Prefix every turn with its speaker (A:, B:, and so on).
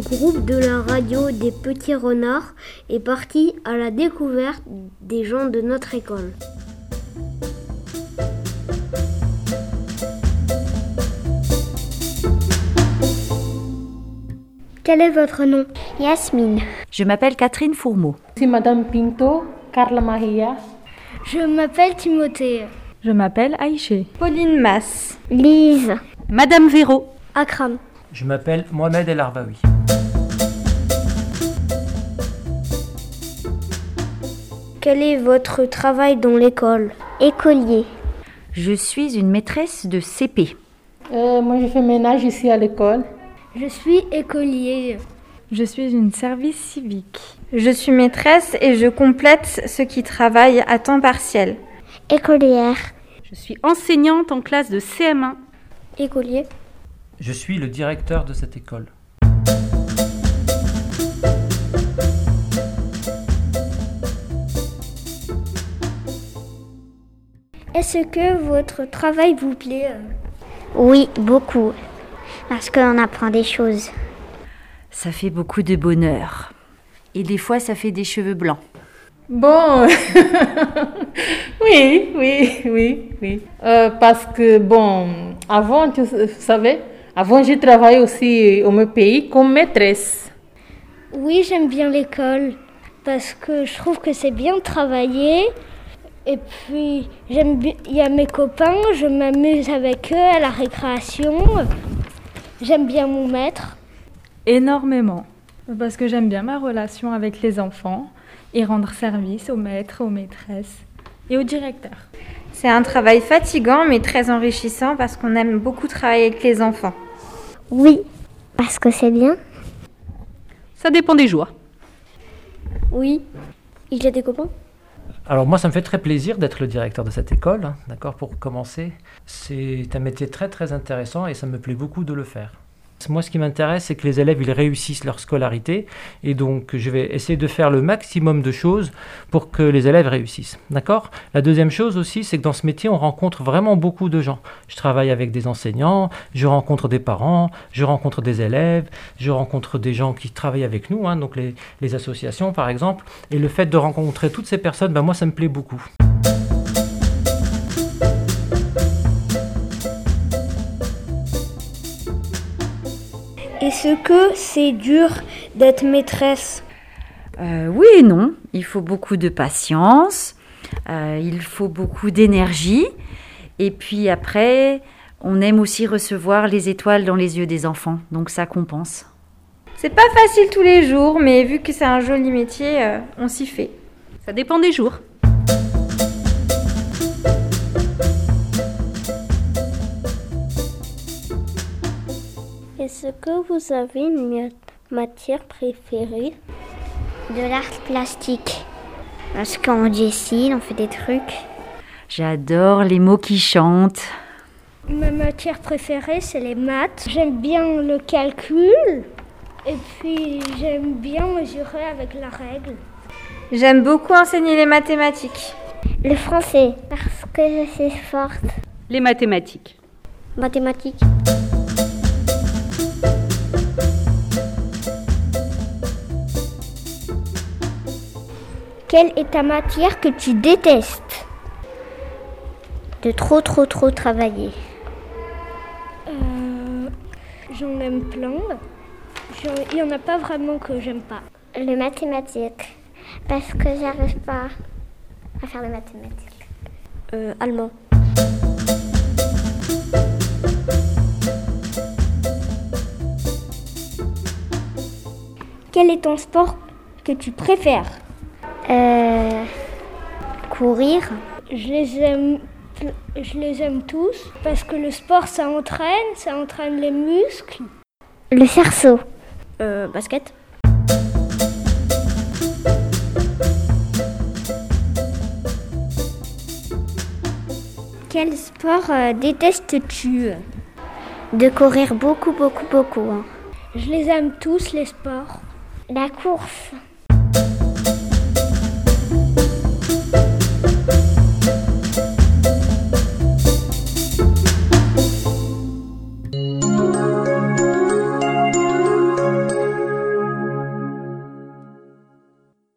A: groupe de la radio des Petits Renards est parti à la découverte des gens de notre école. Quel est votre nom
B: Yasmine.
C: Je m'appelle Catherine Fourmeau.
D: C'est Madame Pinto, Carla Maria.
E: Je m'appelle Timothée.
F: Je m'appelle Aïché.
G: Pauline Mass.
H: Lise.
I: Madame Véro.
J: Akram.
K: Je m'appelle Mohamed El Arbaoui.
A: Quel est votre travail dans l'école
B: Écolier.
C: Je suis une maîtresse de CP.
D: Euh, moi, je fais ménage ici à l'école.
E: Je suis écolier.
F: Je suis une service civique.
G: Je suis maîtresse et je complète ceux qui travaillent à temps partiel.
H: Écolière.
I: Je suis enseignante en classe de CM1.
E: Écolier.
K: Je suis le directeur de cette école.
E: Est-ce que votre travail vous plaît
B: Oui, beaucoup. Parce qu'on apprend des choses.
C: Ça fait beaucoup de bonheur. Et des fois, ça fait des cheveux blancs.
D: Bon, oui, oui, oui, oui. Euh, parce que, bon, avant, tu euh, savais, avant, j'ai travaillé aussi au même pays comme maîtresse.
E: Oui, j'aime bien l'école parce que je trouve que c'est bien de travailler. Et puis, j'aime bien, il y a mes copains, je m'amuse avec eux à la récréation. J'aime bien mon maître.
F: Énormément. Parce que j'aime bien ma relation avec les enfants et rendre service aux maîtres, aux maîtresses et aux directeurs.
G: C'est un travail fatigant mais très enrichissant parce qu'on aime beaucoup travailler avec les enfants.
B: Oui, parce que c'est bien.
I: Ça dépend des joies.
E: Oui. Il y a des copains
K: alors moi, ça me fait très plaisir d'être le directeur de cette école, hein, d'accord, pour commencer. C'est un métier très très intéressant et ça me plaît beaucoup de le faire. Moi, ce qui m'intéresse, c'est que les élèves, ils réussissent leur scolarité et donc je vais essayer de faire le maximum de choses pour que les élèves réussissent, d'accord La deuxième chose aussi, c'est que dans ce métier, on rencontre vraiment beaucoup de gens. Je travaille avec des enseignants, je rencontre des parents, je rencontre des élèves, je rencontre des gens qui travaillent avec nous, hein, donc les, les, associations par exemple. Et le fait de rencontrer toutes ces personnes, ben, moi, ça me plaît beaucoup.
A: Est-ce que c'est dur d'être maîtresse
C: euh, Oui et non. Il faut beaucoup de patience, euh, il faut beaucoup d'énergie. Et puis après, on aime aussi recevoir les étoiles dans les yeux des enfants, donc ça compense.
G: C'est pas facile tous les jours, mais vu que c'est un joli métier, euh, on s'y fait.
I: Ça dépend des jours.
H: Est-ce que vous avez une matière préférée
B: De l'art plastique. Parce qu'on dessine, on fait des trucs.
C: J'adore les mots qui chantent.
E: Ma matière préférée, c'est les maths. J'aime bien le calcul. Et puis, j'aime bien mesurer avec la règle.
G: J'aime beaucoup enseigner les mathématiques.
B: Le français, parce que je suis forte.
I: Les mathématiques.
H: Mathématiques.
B: Quelle est ta matière que tu détestes De trop trop trop travailler.
E: Euh, J'en aime plein. Il n'y en a pas vraiment que j'aime pas.
B: Le mathématique. Parce que j'arrive pas à faire les mathématiques.
A: Euh, allemand.
E: Quel est ton sport que tu préfères
B: euh, courir.
E: Je les aime. Je les aime tous parce que le sport ça entraîne, ça entraîne les muscles.
B: Le cerceau.
A: Euh, basket.
E: Quel sport euh, détestes-tu
B: De courir beaucoup, beaucoup, beaucoup. Hein.
E: Je les aime tous les sports.
B: La course.